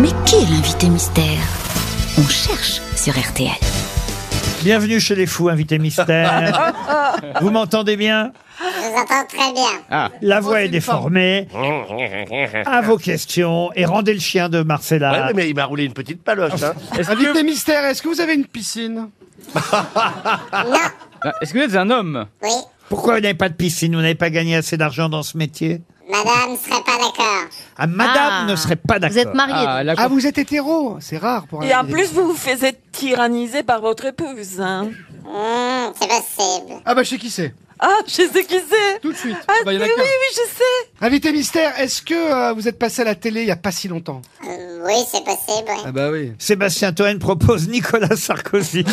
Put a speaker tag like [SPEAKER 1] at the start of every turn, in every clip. [SPEAKER 1] Mais qui est l'invité mystère On cherche sur RTL.
[SPEAKER 2] Bienvenue chez les fous, invité mystère. Vous m'entendez bien
[SPEAKER 3] Je vous entends très bien.
[SPEAKER 2] La voix est déformée. À vos questions et rendez le chien de
[SPEAKER 4] Ouais,
[SPEAKER 2] Marcella.
[SPEAKER 4] ouais, mais il m'a roulé une petite paloche. hein.
[SPEAKER 5] Invité mystère, Ah. est-ce que vous avez une piscine
[SPEAKER 3] Non,
[SPEAKER 6] Ah, Est-ce que vous êtes un homme
[SPEAKER 3] oui,
[SPEAKER 2] Pourquoi vous n'avez pas de piscine Vous n'avez pas gagné assez d'argent dans ce métier
[SPEAKER 3] madame ne serait pas d'accord.
[SPEAKER 2] ah, Madame
[SPEAKER 1] Ah.
[SPEAKER 2] ne serait pas
[SPEAKER 1] Vous êtes
[SPEAKER 2] d'accord.
[SPEAKER 1] marié
[SPEAKER 6] Ah, la
[SPEAKER 5] Ah,
[SPEAKER 6] comp-
[SPEAKER 5] vous êtes hétéro C'est rare pour un
[SPEAKER 7] Et en plus, vous vous faites tyranniser par votre épouse. hein.
[SPEAKER 3] Hmm, c'est possible.
[SPEAKER 5] Ah bah, je sais qui c'est.
[SPEAKER 7] Ah, je sais qui c'est.
[SPEAKER 5] Tout de suite.
[SPEAKER 7] Ah,
[SPEAKER 5] Bah, il y en a
[SPEAKER 7] oui,
[SPEAKER 5] qu'un.
[SPEAKER 7] oui, oui, je sais.
[SPEAKER 5] Invité mystère, est-ce que euh, vous êtes passé à la télé il y a pas si longtemps
[SPEAKER 3] Euh, oui, c'est possible. oui.
[SPEAKER 5] bah oui.
[SPEAKER 2] Sébastien Toen propose Nicolas Sarkozy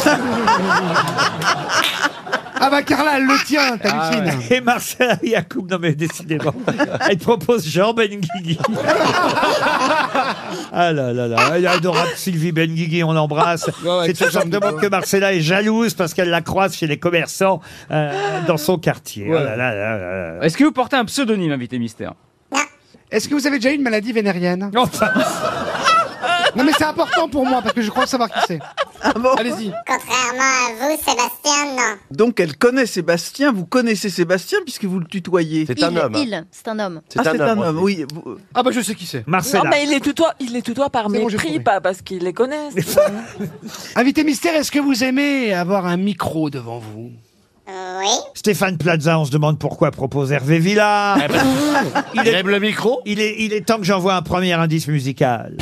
[SPEAKER 5] Ah bah Carla, elle le tient, ta
[SPEAKER 6] Ah,
[SPEAKER 5] piscine.
[SPEAKER 2] et Marcella Yacoub. Non mais décidément, elle propose Jean Benguigui. Ah là là là, elle est adorable Sylvie Benguigui, on l'embrasse.
[SPEAKER 6] Ouais, ouais,
[SPEAKER 2] C'est toujours de demande que Marcella est jalouse parce qu'elle la croise chez les commerçants euh, dans son quartier. Oh là là là là là.
[SPEAKER 6] Est-ce que vous portez un pseudonyme, invité mystère
[SPEAKER 5] Est-ce que vous avez déjà eu une maladie vénérienne
[SPEAKER 2] Enfin,
[SPEAKER 5] Non mais c'est important pour moi parce que je crois savoir qui c'est. Allez-y.
[SPEAKER 3] Contrairement à vous, Sébastien, non.
[SPEAKER 8] Donc elle connaît Sébastien, vous connaissez Sébastien puisque vous le tutoyez.
[SPEAKER 4] C'est un homme.
[SPEAKER 1] Il, c'est un homme.
[SPEAKER 8] Ah, c'est un homme,
[SPEAKER 4] ouais.
[SPEAKER 8] oui. vous-
[SPEAKER 5] Ah bah je sais qui c'est.
[SPEAKER 2] Marcella.
[SPEAKER 7] Non, mais il est tutoie, il est tutoie par
[SPEAKER 5] C'est bon, j'ai
[SPEAKER 7] mépris,
[SPEAKER 5] trouvé.
[SPEAKER 7] pas parce qu'ils les connaissent.
[SPEAKER 5] Invité mystère, est-ce que vous aimez avoir un micro devant vous
[SPEAKER 3] Oui,
[SPEAKER 2] Stéphane Plaza, on se demande pourquoi propose Hervé Villa.
[SPEAKER 6] Ah, bah.
[SPEAKER 4] Il aime le micro
[SPEAKER 2] Il est, il est temps que j'envoie un premier indice musical.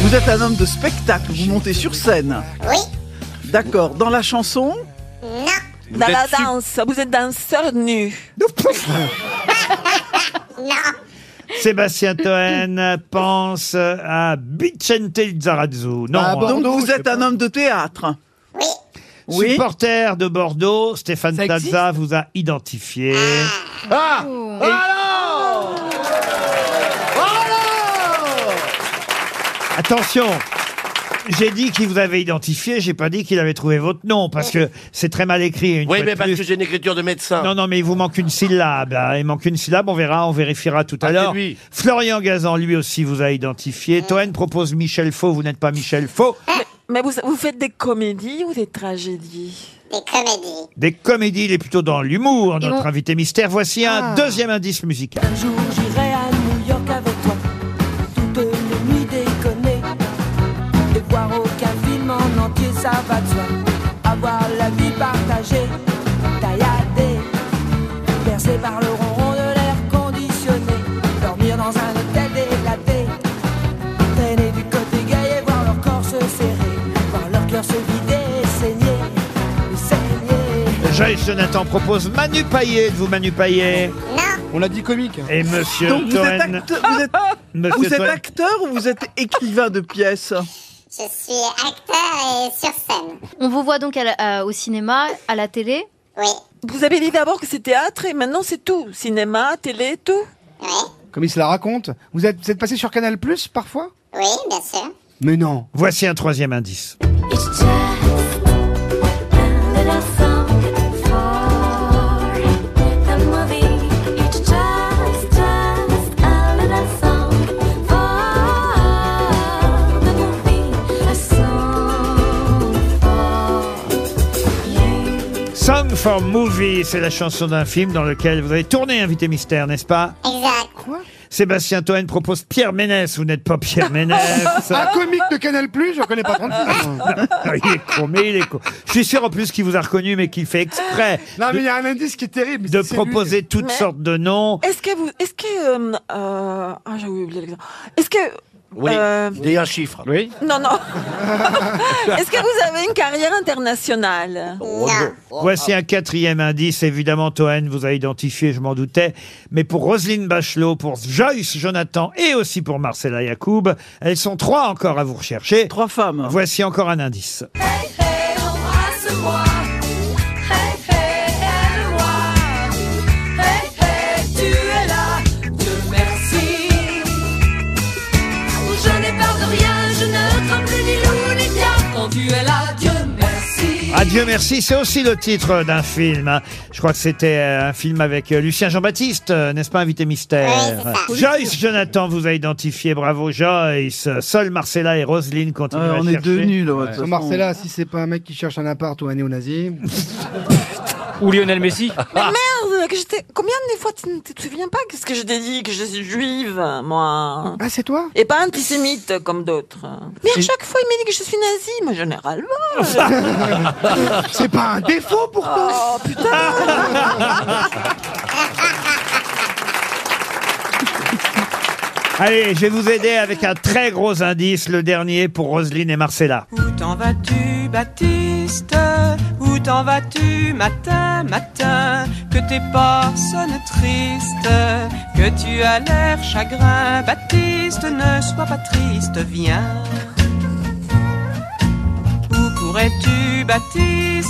[SPEAKER 8] Vous êtes un homme de spectacle, vous montez sur scène.
[SPEAKER 3] oui,
[SPEAKER 8] D'accord, dans la chanson,
[SPEAKER 3] non,
[SPEAKER 7] Dans la danse, vous êtes danseur nu.
[SPEAKER 3] non.
[SPEAKER 2] Sébastien Toen pense à Vicente Zarazzo. Non,
[SPEAKER 5] Ah, bon.
[SPEAKER 2] hein.
[SPEAKER 8] donc
[SPEAKER 5] Bordeaux,
[SPEAKER 8] vous
[SPEAKER 5] je sais
[SPEAKER 8] êtes un homme de théâtre.
[SPEAKER 3] Oui,
[SPEAKER 8] Oui.
[SPEAKER 2] supporter de Bordeaux, Stéphane
[SPEAKER 5] Ça existe
[SPEAKER 2] Plaza vous a identifié.
[SPEAKER 4] Ah Alors
[SPEAKER 2] Attention j'ai dit qu'il vous avait identifié, j'ai pas dit qu'il avait trouvé votre nom, parce que c'est très mal écrit. une
[SPEAKER 4] Oui,
[SPEAKER 2] fois
[SPEAKER 4] mais
[SPEAKER 2] de
[SPEAKER 4] parce
[SPEAKER 2] plus.
[SPEAKER 4] que j'ai une écriture de médecin.
[SPEAKER 2] Non, non, mais il vous manque une syllabe. hein. Il manque une syllabe, on verra, on vérifiera tout à
[SPEAKER 4] Ah,
[SPEAKER 2] l'heure.
[SPEAKER 4] c'est lui.
[SPEAKER 2] Florian Gazan, lui aussi, vous a identifié. Toen propose Michel Faux, vous n'êtes pas Michel Faux.
[SPEAKER 7] Mais vous, vous faites des comédies ou des tragédies
[SPEAKER 3] des comédies.
[SPEAKER 2] Des comédies, il est plutôt dans l'humour, notre
[SPEAKER 1] on-
[SPEAKER 2] invité mystère. Voici un
[SPEAKER 5] Ah.
[SPEAKER 2] deuxième indice musical.
[SPEAKER 9] Un jour j'irai à New York avec toi, toutes les nuits déconner. Et voir aucun film en entier, ça va de soi. Avoir la vie partagée, tailladée, bercée par le ronron de l'air conditionné. Dormir dans un hôtel délaté, traîner du côté gay et voir leur corps se serrer, voir leur cœur se vider et saigner, et saigner.
[SPEAKER 2] Joyce Jonathan propose Manu Payet, de vous Manu Payet.
[SPEAKER 3] Non,
[SPEAKER 5] On l'a dit comique. hein.
[SPEAKER 2] Et monsieur
[SPEAKER 8] Donc vous êtes,
[SPEAKER 2] Toen.
[SPEAKER 8] acte- vous êtes-
[SPEAKER 2] Monsieur
[SPEAKER 8] vous êtes
[SPEAKER 2] Toen-
[SPEAKER 8] acteur ou vous êtes écrivain de pièces
[SPEAKER 3] je suis acteur et sur scène.
[SPEAKER 1] On vous voit donc à la- à- au cinéma, à la télé.
[SPEAKER 3] Oui,
[SPEAKER 7] Vous avez dit d'abord que c'est théâtre et maintenant c'est tout. Cinéma, télé, tout.
[SPEAKER 3] oui,
[SPEAKER 5] Comme il se la raconte. Vous êtes, vous êtes passé sur Canal Plus parfois
[SPEAKER 3] oui, bien sûr.
[SPEAKER 5] Mais non.
[SPEAKER 2] Voici un troisième indice. Song for Movie, c'est la chanson d'un film dans lequel vous avez tourné, invité mystère, n'est-ce pas
[SPEAKER 3] Exact.
[SPEAKER 2] Sébastien Toen propose Pierre Ménès, vous n'êtes pas Pierre Ménès.
[SPEAKER 5] Un comique de Canal Plus, je connais pas 30
[SPEAKER 2] il est con, mais il est con. Je suis sûr en plus qu'il vous a reconnu, mais qu'il fait exprès
[SPEAKER 5] Non, mais il y a un indice qui est terrible.
[SPEAKER 2] de
[SPEAKER 5] c'est lui.
[SPEAKER 2] proposer toutes
[SPEAKER 7] Mais-
[SPEAKER 2] sortes de noms.
[SPEAKER 7] Est-ce que vous, est-ce que, euh, euh, ah j'ai oublié l'exemple. Est-ce que,
[SPEAKER 4] Oui,
[SPEAKER 7] euh,
[SPEAKER 4] il y a un chiffre.
[SPEAKER 6] Oui.
[SPEAKER 7] non non. est-ce que vous avez une carrière internationale
[SPEAKER 3] Non,
[SPEAKER 2] Voici un quatrième indice. Évidemment, Toen vous a identifié, je m'en doutais. Mais pour Roselyne Bachelot, pour Joyce Jonathan et aussi pour Marcella Yacoub, elles sont trois encore à vous rechercher.
[SPEAKER 8] Trois femmes.
[SPEAKER 2] Voici encore un indice.
[SPEAKER 9] Embrasse-moi, hey hey, aime-moi, hey hey, tu es là, Dieu merci.
[SPEAKER 10] Ah,
[SPEAKER 2] Adieu, merci. C'est aussi le titre d'un film. Je crois que c'était euh, un film avec euh, Lucien Jean-Baptiste, euh, n'est-ce pas, invité mystère
[SPEAKER 3] Oui, c'est
[SPEAKER 2] Joyce Jonathan vous a identifié. Bravo, Joyce. Seul Marcella et Roselyne continuent
[SPEAKER 8] Ah,
[SPEAKER 2] à
[SPEAKER 8] on
[SPEAKER 2] chercher.
[SPEAKER 8] est deux nuls. ouais, de toute façon.
[SPEAKER 5] Marcella, si c'est pas un mec qui cherche un appart ou un néo-nazi.
[SPEAKER 6] Ou Lionel Messi
[SPEAKER 7] Merde, que j'étais. Combien de fois tu ne tu te souviens pas qu'est-ce que je t'ai dit que je suis juive, moi
[SPEAKER 5] Ah, c'est toi
[SPEAKER 7] et pas antisémite comme d'autres. Mais à chaque fois, il me dit que je suis nazie, mais généralement.
[SPEAKER 5] C'est pas un défaut Ah, pour toi
[SPEAKER 7] Oh putain
[SPEAKER 2] Allez, je vais vous aider avec un très gros indice, le dernier pour Roselyne et Marcella.
[SPEAKER 9] Où t'en vas-tu, Baptiste Où t'en vas-tu, matin, matin Que tes pas sonnent tristes, que tu as l'air chagrin. Baptiste, ne sois pas triste, viens. Où courais-tu, Baptiste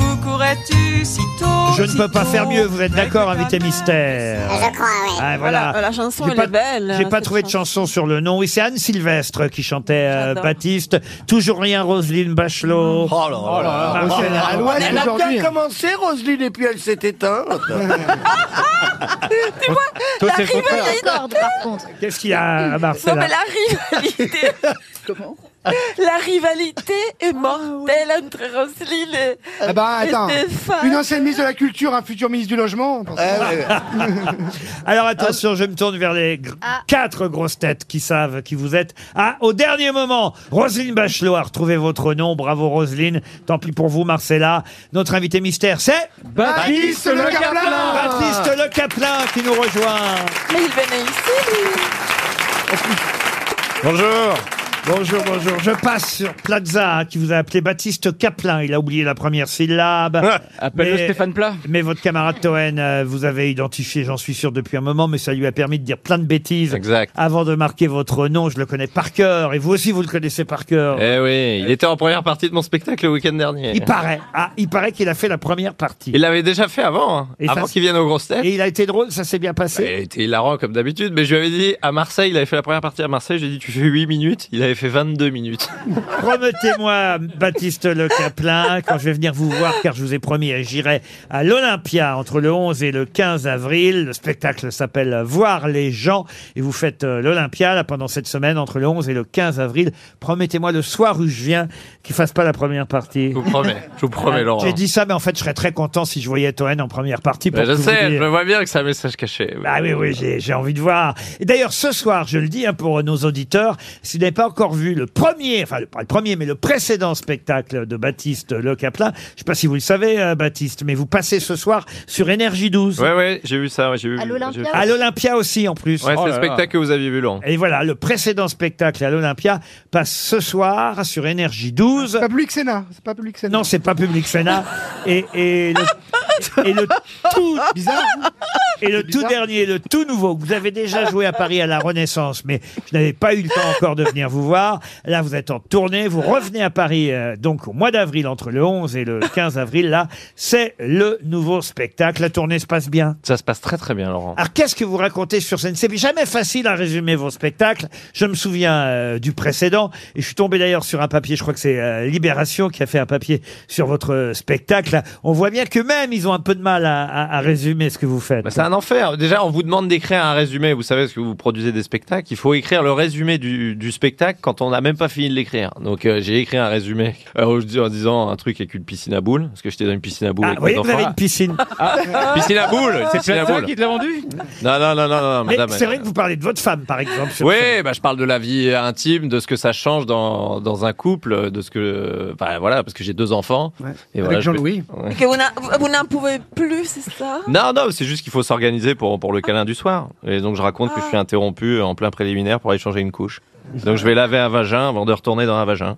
[SPEAKER 9] Où courais-tu si tôt
[SPEAKER 2] Je ne
[SPEAKER 9] si
[SPEAKER 2] peux pas
[SPEAKER 9] tôt
[SPEAKER 2] faire mieux, vous êtes d'accord, invité mystère
[SPEAKER 3] Je crois, oui.
[SPEAKER 2] Ah,
[SPEAKER 7] voilà.
[SPEAKER 2] voilà.
[SPEAKER 7] la chanson,
[SPEAKER 2] J'ai
[SPEAKER 7] elle
[SPEAKER 2] pas-
[SPEAKER 7] est belle.
[SPEAKER 9] hein,
[SPEAKER 2] J'ai pas
[SPEAKER 7] cette
[SPEAKER 2] trouvé de chanson sur le nom. Oui, c'est Anne Sylvestre qui chantait euh,
[SPEAKER 7] J'adore.
[SPEAKER 2] Baptiste. Toujours rien, Roselyne Bachelot.
[SPEAKER 4] Oh là là là.
[SPEAKER 2] Marcella.
[SPEAKER 5] à l'ouest
[SPEAKER 4] Elle a
[SPEAKER 5] aujourd'hui. hein.
[SPEAKER 4] bien commencé, Roselyne, et puis elle s'est éteinte.
[SPEAKER 6] Toi, c'est le contraire.
[SPEAKER 1] Corde, par contre.
[SPEAKER 2] Qu'est-ce qu'il y a,
[SPEAKER 7] Non,
[SPEAKER 2] Marcella
[SPEAKER 7] mais la rivalité.
[SPEAKER 8] Comment
[SPEAKER 7] La rivalité est mortelle entre Roselyne et,
[SPEAKER 5] Ah bah
[SPEAKER 7] et
[SPEAKER 5] attends.
[SPEAKER 7] Stéphane.
[SPEAKER 5] Une ancienne ministre de la Culture, un futur ministre du Logement.
[SPEAKER 8] Eh,
[SPEAKER 2] Alors attention, je me tourne vers les gr-
[SPEAKER 7] Ah.
[SPEAKER 2] quatre grosses têtes qui savent qui vous êtes. Ah, au dernier moment, Roselyne Bachelot a retrouvé votre nom. Bravo Roselyne. Tant pis pour vous, Marcella. Notre invité mystère, c'est
[SPEAKER 6] Baptiste Le Caplin
[SPEAKER 4] Ah.
[SPEAKER 2] Baptiste Le Caplin qui nous rejoint.
[SPEAKER 7] Mais il venait ici, lui.
[SPEAKER 4] Bonjour.
[SPEAKER 2] Bonjour, bonjour. Je passe sur Plaza hein, qui vous a appelé Baptiste Caplin. Il a oublié la première syllabe.
[SPEAKER 6] Appelle-le
[SPEAKER 2] Mais-
[SPEAKER 6] Stéphane Plat.
[SPEAKER 2] Mais votre camarade Toen euh, vous avez identifié, j'en suis sûr, depuis un moment, mais ça lui a permis de dire plein de bêtises.
[SPEAKER 10] Exact.
[SPEAKER 2] Avant de marquer votre nom, je le connais par cœur, et vous aussi vous le connaissez par cœur.
[SPEAKER 10] Eh oui, il était en première partie de mon spectacle le week-end dernier.
[SPEAKER 2] Il paraît, ah, il paraît qu'il a fait la première partie.
[SPEAKER 10] Il l'avait déjà fait avant, hein,
[SPEAKER 2] Et
[SPEAKER 10] avant
[SPEAKER 2] ça-
[SPEAKER 10] qu'il vienne aux grosses têtes.
[SPEAKER 2] Et il a été drôle, ça s'est bien passé.
[SPEAKER 10] Il était hilarant comme d'habitude, mais je lui avais dit à Marseille, il avait fait la première partie à Marseille, j'ai dit tu fais 8 minutes, il avait fait 22 minutes.
[SPEAKER 2] Remettez-moi Baptiste Le Caplin quand je vais venir vous voir, car je vous ai promis, euh, j'irai à l'Olympia entre le 11 et le 15 avril. Le spectacle s'appelle euh, Voir les gens et vous faites euh, l'Olympia là pendant cette semaine entre le 11 et le 15 avril. Promettez-moi le soir où je viens qu'il fasse pas la première partie.
[SPEAKER 10] Je vous promets, je vous promets Laurent.
[SPEAKER 2] J'ai dit ça, mais en fait, je serais très content si je voyais Toen en première partie. Pour
[SPEAKER 10] Mais je
[SPEAKER 2] tout vous
[SPEAKER 10] sais,
[SPEAKER 2] dire.
[SPEAKER 10] je vois bien que c'est un message caché.
[SPEAKER 2] Ah oui, oui, j'ai- j'ai envie de voir. Et d'ailleurs, ce soir, je le dis hein, pour nos auditeurs, si vous n'avez pas encore vu le premier, enfin, le- pas le premier, mais le précédent spectacle de Baptiste Le Caplin, je ne sais pas si vous le savez, euh, Baptiste, mais vous passez ce soir sur Énergie 12.
[SPEAKER 10] Ouais, ouais, j'ai vu ça, ouais, j'ai vu.
[SPEAKER 1] À l'Olympia
[SPEAKER 10] j'ai vu-
[SPEAKER 2] À l'Olympia aussi, en plus.
[SPEAKER 10] Ouais,
[SPEAKER 6] Oh
[SPEAKER 10] c'est le
[SPEAKER 6] là là.
[SPEAKER 10] spectacle que vous aviez vu Laurent.
[SPEAKER 2] Et voilà, le précédent spectacle à l'Olympia passe ce soir sur Énergie 12.
[SPEAKER 5] C'est pas public Sénat. C'est pas public Sénat.
[SPEAKER 2] Non, c'est pas Public Sénat. Et, et le, et le tout
[SPEAKER 5] bizarre. hein
[SPEAKER 2] Et le
[SPEAKER 5] C'est
[SPEAKER 2] tout
[SPEAKER 5] bizarre.
[SPEAKER 2] dernier, le tout nouveau, que vous avez déjà joué à Paris à la Renaissance, mais je n'avais pas eu le temps encore de venir vous voir. Là, vous êtes en tournée, vous revenez à Paris euh, donc au mois d'avril, entre le 11 et le 15 avril. Là, c'est le nouveau spectacle. La tournée se passe bien.
[SPEAKER 10] Ça se passe très très bien Laurent.
[SPEAKER 2] Alors, qu'est-ce que vous racontez sur scène C'est jamais facile à résumer vos spectacles. Je me souviens euh, du précédent et je suis tombé d'ailleurs sur un papier, je crois que c'est euh, Libération qui a fait un papier sur votre euh, spectacle. On voit bien que même, ils ont un peu de mal à, à- à résumer ce que vous faites.
[SPEAKER 10] Bah, c'est un enfer. Déjà, on vous demande d'écrire un résumé. Vous savez, parce que vous produisez des spectacles, il faut écrire le résumé du, du spectacle quand on n'a même pas fini de l'écrire. Donc, euh, j'ai écrit un résumé euh, en dis- en disant un truc avec une piscine à boules, parce que j'étais dans une Ah, piscine à boules
[SPEAKER 2] Ah,
[SPEAKER 10] avec
[SPEAKER 2] vous
[SPEAKER 10] mes
[SPEAKER 2] voyez que vous Ah, avez
[SPEAKER 10] enfants.
[SPEAKER 2] une piscine.
[SPEAKER 10] Piscine à boules, c'est piscine à
[SPEAKER 6] Plaza
[SPEAKER 10] boules.
[SPEAKER 6] qui te l'a vendu
[SPEAKER 10] Non, non, non, non, non,
[SPEAKER 2] Mais
[SPEAKER 10] madame.
[SPEAKER 2] c'est vrai
[SPEAKER 10] euh,
[SPEAKER 2] que vous parlez de votre femme, par exemple. sur scène.
[SPEAKER 10] Oui, bah, je parle de la vie intime, de ce que ça change dans, dans un couple, de ce que, enfin voilà, parce que j'ai deux enfants. Et voilà,
[SPEAKER 5] Avec
[SPEAKER 10] je-
[SPEAKER 5] Jean-Louis.
[SPEAKER 7] Que vous n'en- vous- vous n'en pouvez plus, c'est ça
[SPEAKER 10] Non, non, c'est juste qu'il faut s'organiser pour, pour le câlin du soir. Et donc je raconte que je suis
[SPEAKER 2] Ah.
[SPEAKER 10] interrompu en plein préliminaire pour aller changer une couche. Donc je vais laver un vagin avant de retourner dans un vagin.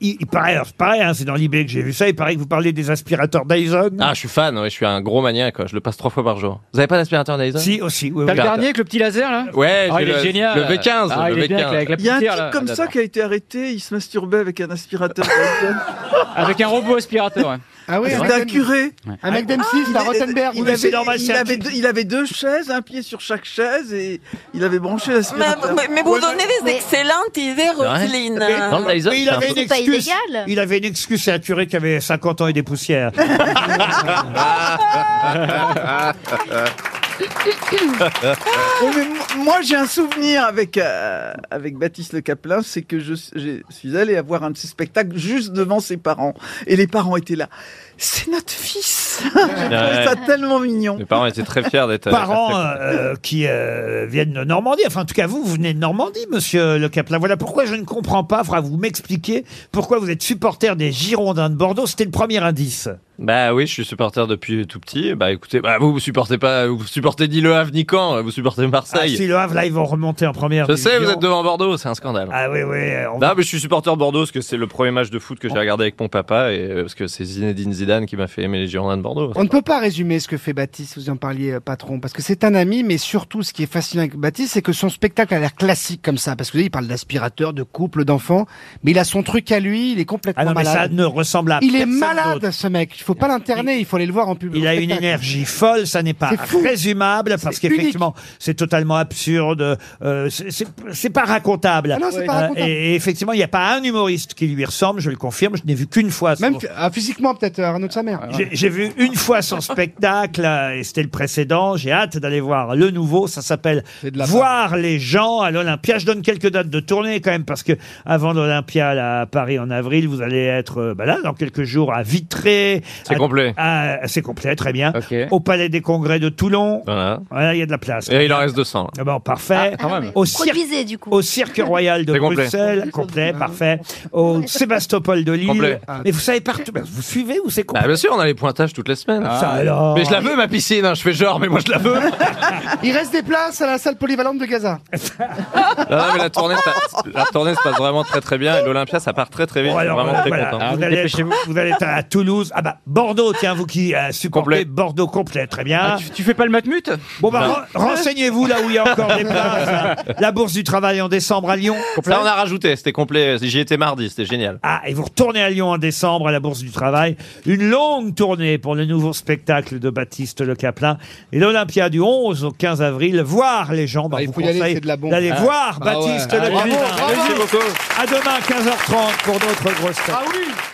[SPEAKER 2] Il, il paraît, alors, c'est pareil, hein, c'est dans l'IB que j'ai vu ça, il paraît que vous parlez des aspirateurs Dyson.
[SPEAKER 10] Ah, je suis fan, ouais, je suis un gros maniaque, quoi. je le passe trois fois par jour. Vous avez pas d'aspirateur Dyson
[SPEAKER 2] Si, aussi, oui,
[SPEAKER 6] T'as
[SPEAKER 2] oui.
[SPEAKER 6] le dernier avec le petit laser, là
[SPEAKER 10] Ouais,
[SPEAKER 6] Ah,
[SPEAKER 10] j'ai
[SPEAKER 6] il est
[SPEAKER 10] le,
[SPEAKER 6] génial.
[SPEAKER 10] le V15,
[SPEAKER 6] Ah,
[SPEAKER 10] le
[SPEAKER 6] il est bien
[SPEAKER 10] V15.
[SPEAKER 6] avec la
[SPEAKER 8] Il y a un
[SPEAKER 6] petite
[SPEAKER 8] type comme ça qui a été arrêté, il se masturbait avec un aspirateur.
[SPEAKER 6] Avec un robot aspirateur, ouais.
[SPEAKER 5] Ah oui,
[SPEAKER 8] C'était
[SPEAKER 5] avec
[SPEAKER 8] un
[SPEAKER 5] Dem-
[SPEAKER 8] curé.
[SPEAKER 5] Un mec d'M6, c'est à Rottenberg.
[SPEAKER 8] Il
[SPEAKER 2] mais c'est
[SPEAKER 8] avait,
[SPEAKER 2] normal,
[SPEAKER 8] il,
[SPEAKER 2] c'est un
[SPEAKER 8] avait
[SPEAKER 2] petit-
[SPEAKER 8] deux, il avait deux chaises, un pied sur chaque chaise, et il avait branché
[SPEAKER 7] Mais,
[SPEAKER 8] l'aspirateur.
[SPEAKER 7] mais- mais vous donnez des excellentes idées, Roselyne.
[SPEAKER 10] Dans le Dyson,
[SPEAKER 2] Mais Ah, il
[SPEAKER 10] c'est un
[SPEAKER 2] avait
[SPEAKER 10] peu-
[SPEAKER 2] une
[SPEAKER 1] C'est pas
[SPEAKER 2] excuse.
[SPEAKER 1] illégal.
[SPEAKER 2] Il avait une excuse, c'est un curé qui avait 50 ans et des poussières.
[SPEAKER 8] Ouais, mais mo- moi, j'ai un souvenir avec, euh, avec Baptiste Le Caplin, c'est que je, je suis allé avoir un de ses spectacles juste devant ses parents. Et les parents étaient là. C'est notre fils J'ai trouvé ça tellement mignon.
[SPEAKER 10] Mes parents étaient très fiers d'être.
[SPEAKER 2] parents euh, qui euh, viennent de Normandie. Enfin, en tout cas, vous, vous venez de Normandie, monsieur Le Caplan. Voilà pourquoi je ne comprends pas. Faudra vous m'expliquer pourquoi vous êtes supporter des Girondins de Bordeaux. C'était le premier indice.
[SPEAKER 10] Bah oui, je suis supporter depuis tout petit. Bah écoutez, bah vous, vous supportez pas, vous supportez ni Le Havre ni Caen, vous supportez
[SPEAKER 2] Ah,
[SPEAKER 10] Marseille.
[SPEAKER 2] si le Havre, là, ils vont remonter en première.
[SPEAKER 10] je sais, vous
[SPEAKER 2] division.
[SPEAKER 10] êtes Bah, devant Bordeaux, c'est un scandale.
[SPEAKER 2] Ah oui, oui. euh, on-
[SPEAKER 10] Non, mais je suis supporter de Bordeaux parce que c'est le premier match de foot que j'ai regardé avec mon papa et euh, parce que c'est Zinedine Zidane qui m'a fait aimer les Girondins de Bordeaux.
[SPEAKER 5] On ne peut pas résumer ce que fait Baptiste, vous en parliez, euh, patron, parce que c'est un ami, mais surtout, ce qui est fascinant avec Baptiste, c'est que son spectacle a l'air classique comme ça, parce que vous voyez, il parle d'aspirateur, de couple, d'enfants, mais il a son truc à lui, il est complètement
[SPEAKER 2] Ah non, mais
[SPEAKER 5] malade.
[SPEAKER 2] ça ne ressemble à
[SPEAKER 5] Il est
[SPEAKER 2] personne d'autre.
[SPEAKER 5] malade, ce mec. Il faut pas l'interner, il faut aller le voir en public.
[SPEAKER 2] Il
[SPEAKER 5] en
[SPEAKER 2] a une
[SPEAKER 5] spectacle.
[SPEAKER 2] énergie folle, ça n'est pas
[SPEAKER 5] C'est fou.
[SPEAKER 2] résumable parce
[SPEAKER 5] C'est unique.
[SPEAKER 2] qu'effectivement c'est totalement absurde, euh, c'est- c'est c'est pas racontable. Euh,
[SPEAKER 5] Ah non, c'est pas racontable.
[SPEAKER 2] et, et effectivement, il n'y a pas un humoriste qui lui ressemble, je le confirme, je n'ai vu qu'une fois. son-
[SPEAKER 5] Même ah, physiquement, peut-être, euh, Arnaud de sa mère.
[SPEAKER 2] J'ai- J'ai vu une fois son spectacle, euh, et c'était le précédent. J'ai hâte d'aller voir le nouveau. Ça s'appelle
[SPEAKER 5] C'est de la
[SPEAKER 2] Voir les gens à l'Olympia. Je donne quelques dates de tournée quand même, parce que avant l'Olympia là, à Paris en avril, vous allez être euh, bah là dans quelques jours à Vitré.
[SPEAKER 10] C'est
[SPEAKER 2] à-
[SPEAKER 10] complet.
[SPEAKER 2] à- Ah, C'est complet, très bien.
[SPEAKER 6] Ok.
[SPEAKER 2] Au Palais des Congrès de Toulon.
[SPEAKER 10] Voilà.
[SPEAKER 2] Voilà, il y a de la place.
[SPEAKER 10] Et il en reste 200. là.
[SPEAKER 2] Ah bon, parfait.
[SPEAKER 6] quand même.
[SPEAKER 2] Au cirque-
[SPEAKER 1] Produisez, du coup.
[SPEAKER 2] au Cirque Royal de
[SPEAKER 10] C'est complet.
[SPEAKER 2] Bruxelles, complet, parfait. Au Sébastopol de Lille.
[SPEAKER 10] Complet.
[SPEAKER 2] Mais vous savez partout, bah, vous suivez ou c'est
[SPEAKER 10] Bah
[SPEAKER 2] complet
[SPEAKER 10] bien sûr, on a les pointages toutes les semaines.
[SPEAKER 2] Ça alors.
[SPEAKER 10] Bah Ah. Mais je la veux ma piscine, hein. je fais genre, mais moi je la veux.
[SPEAKER 5] Il reste des places à la salle polyvalente de Gaza.
[SPEAKER 10] Non, non, mais la tournée, ça- la tournée se passe vraiment très très bien et l'Olympia ça part très très vite.
[SPEAKER 2] Bon,
[SPEAKER 10] Je suis
[SPEAKER 2] alors,
[SPEAKER 10] vraiment
[SPEAKER 2] euh,
[SPEAKER 10] très
[SPEAKER 2] voilà,
[SPEAKER 10] content.
[SPEAKER 2] vous,
[SPEAKER 6] Ah,
[SPEAKER 2] allez être,
[SPEAKER 6] dépêchez-vous.
[SPEAKER 2] vous allez être à Toulouse. Ah bah, Bordeaux, tiens, vous qui euh, supportez
[SPEAKER 10] Complet. Ah,
[SPEAKER 2] Bordeaux complet, très bien.
[SPEAKER 6] Ah, Tu, tu fais pas le matmut
[SPEAKER 2] Bon bah, ren- renseignez-vous là où il y a encore des places. hein. La Bourse du Travail en décembre à Lyon.
[SPEAKER 10] Là on a rajouté, c'était complet. J'y étais mardi, c'était génial.
[SPEAKER 2] Ah, et vous retournez à Lyon en décembre à la Bourse du Travail. Une longue tournée pour le nouveau spectacle de Baptiste Le Caplin et l'Olympia du 11 au 15 avril. Voir les gens, bah,
[SPEAKER 5] Ah, il
[SPEAKER 2] vous
[SPEAKER 5] faut y aller,
[SPEAKER 2] conseille
[SPEAKER 5] c'est de la bombe.
[SPEAKER 2] d'aller
[SPEAKER 5] Ah.
[SPEAKER 2] voir
[SPEAKER 5] Ah ouais.
[SPEAKER 2] Baptiste
[SPEAKER 5] Ah,
[SPEAKER 2] Le Caplin.
[SPEAKER 10] Merci beaucoup.
[SPEAKER 2] À demain 15h30 pour d'autres grosses têtes.
[SPEAKER 5] oui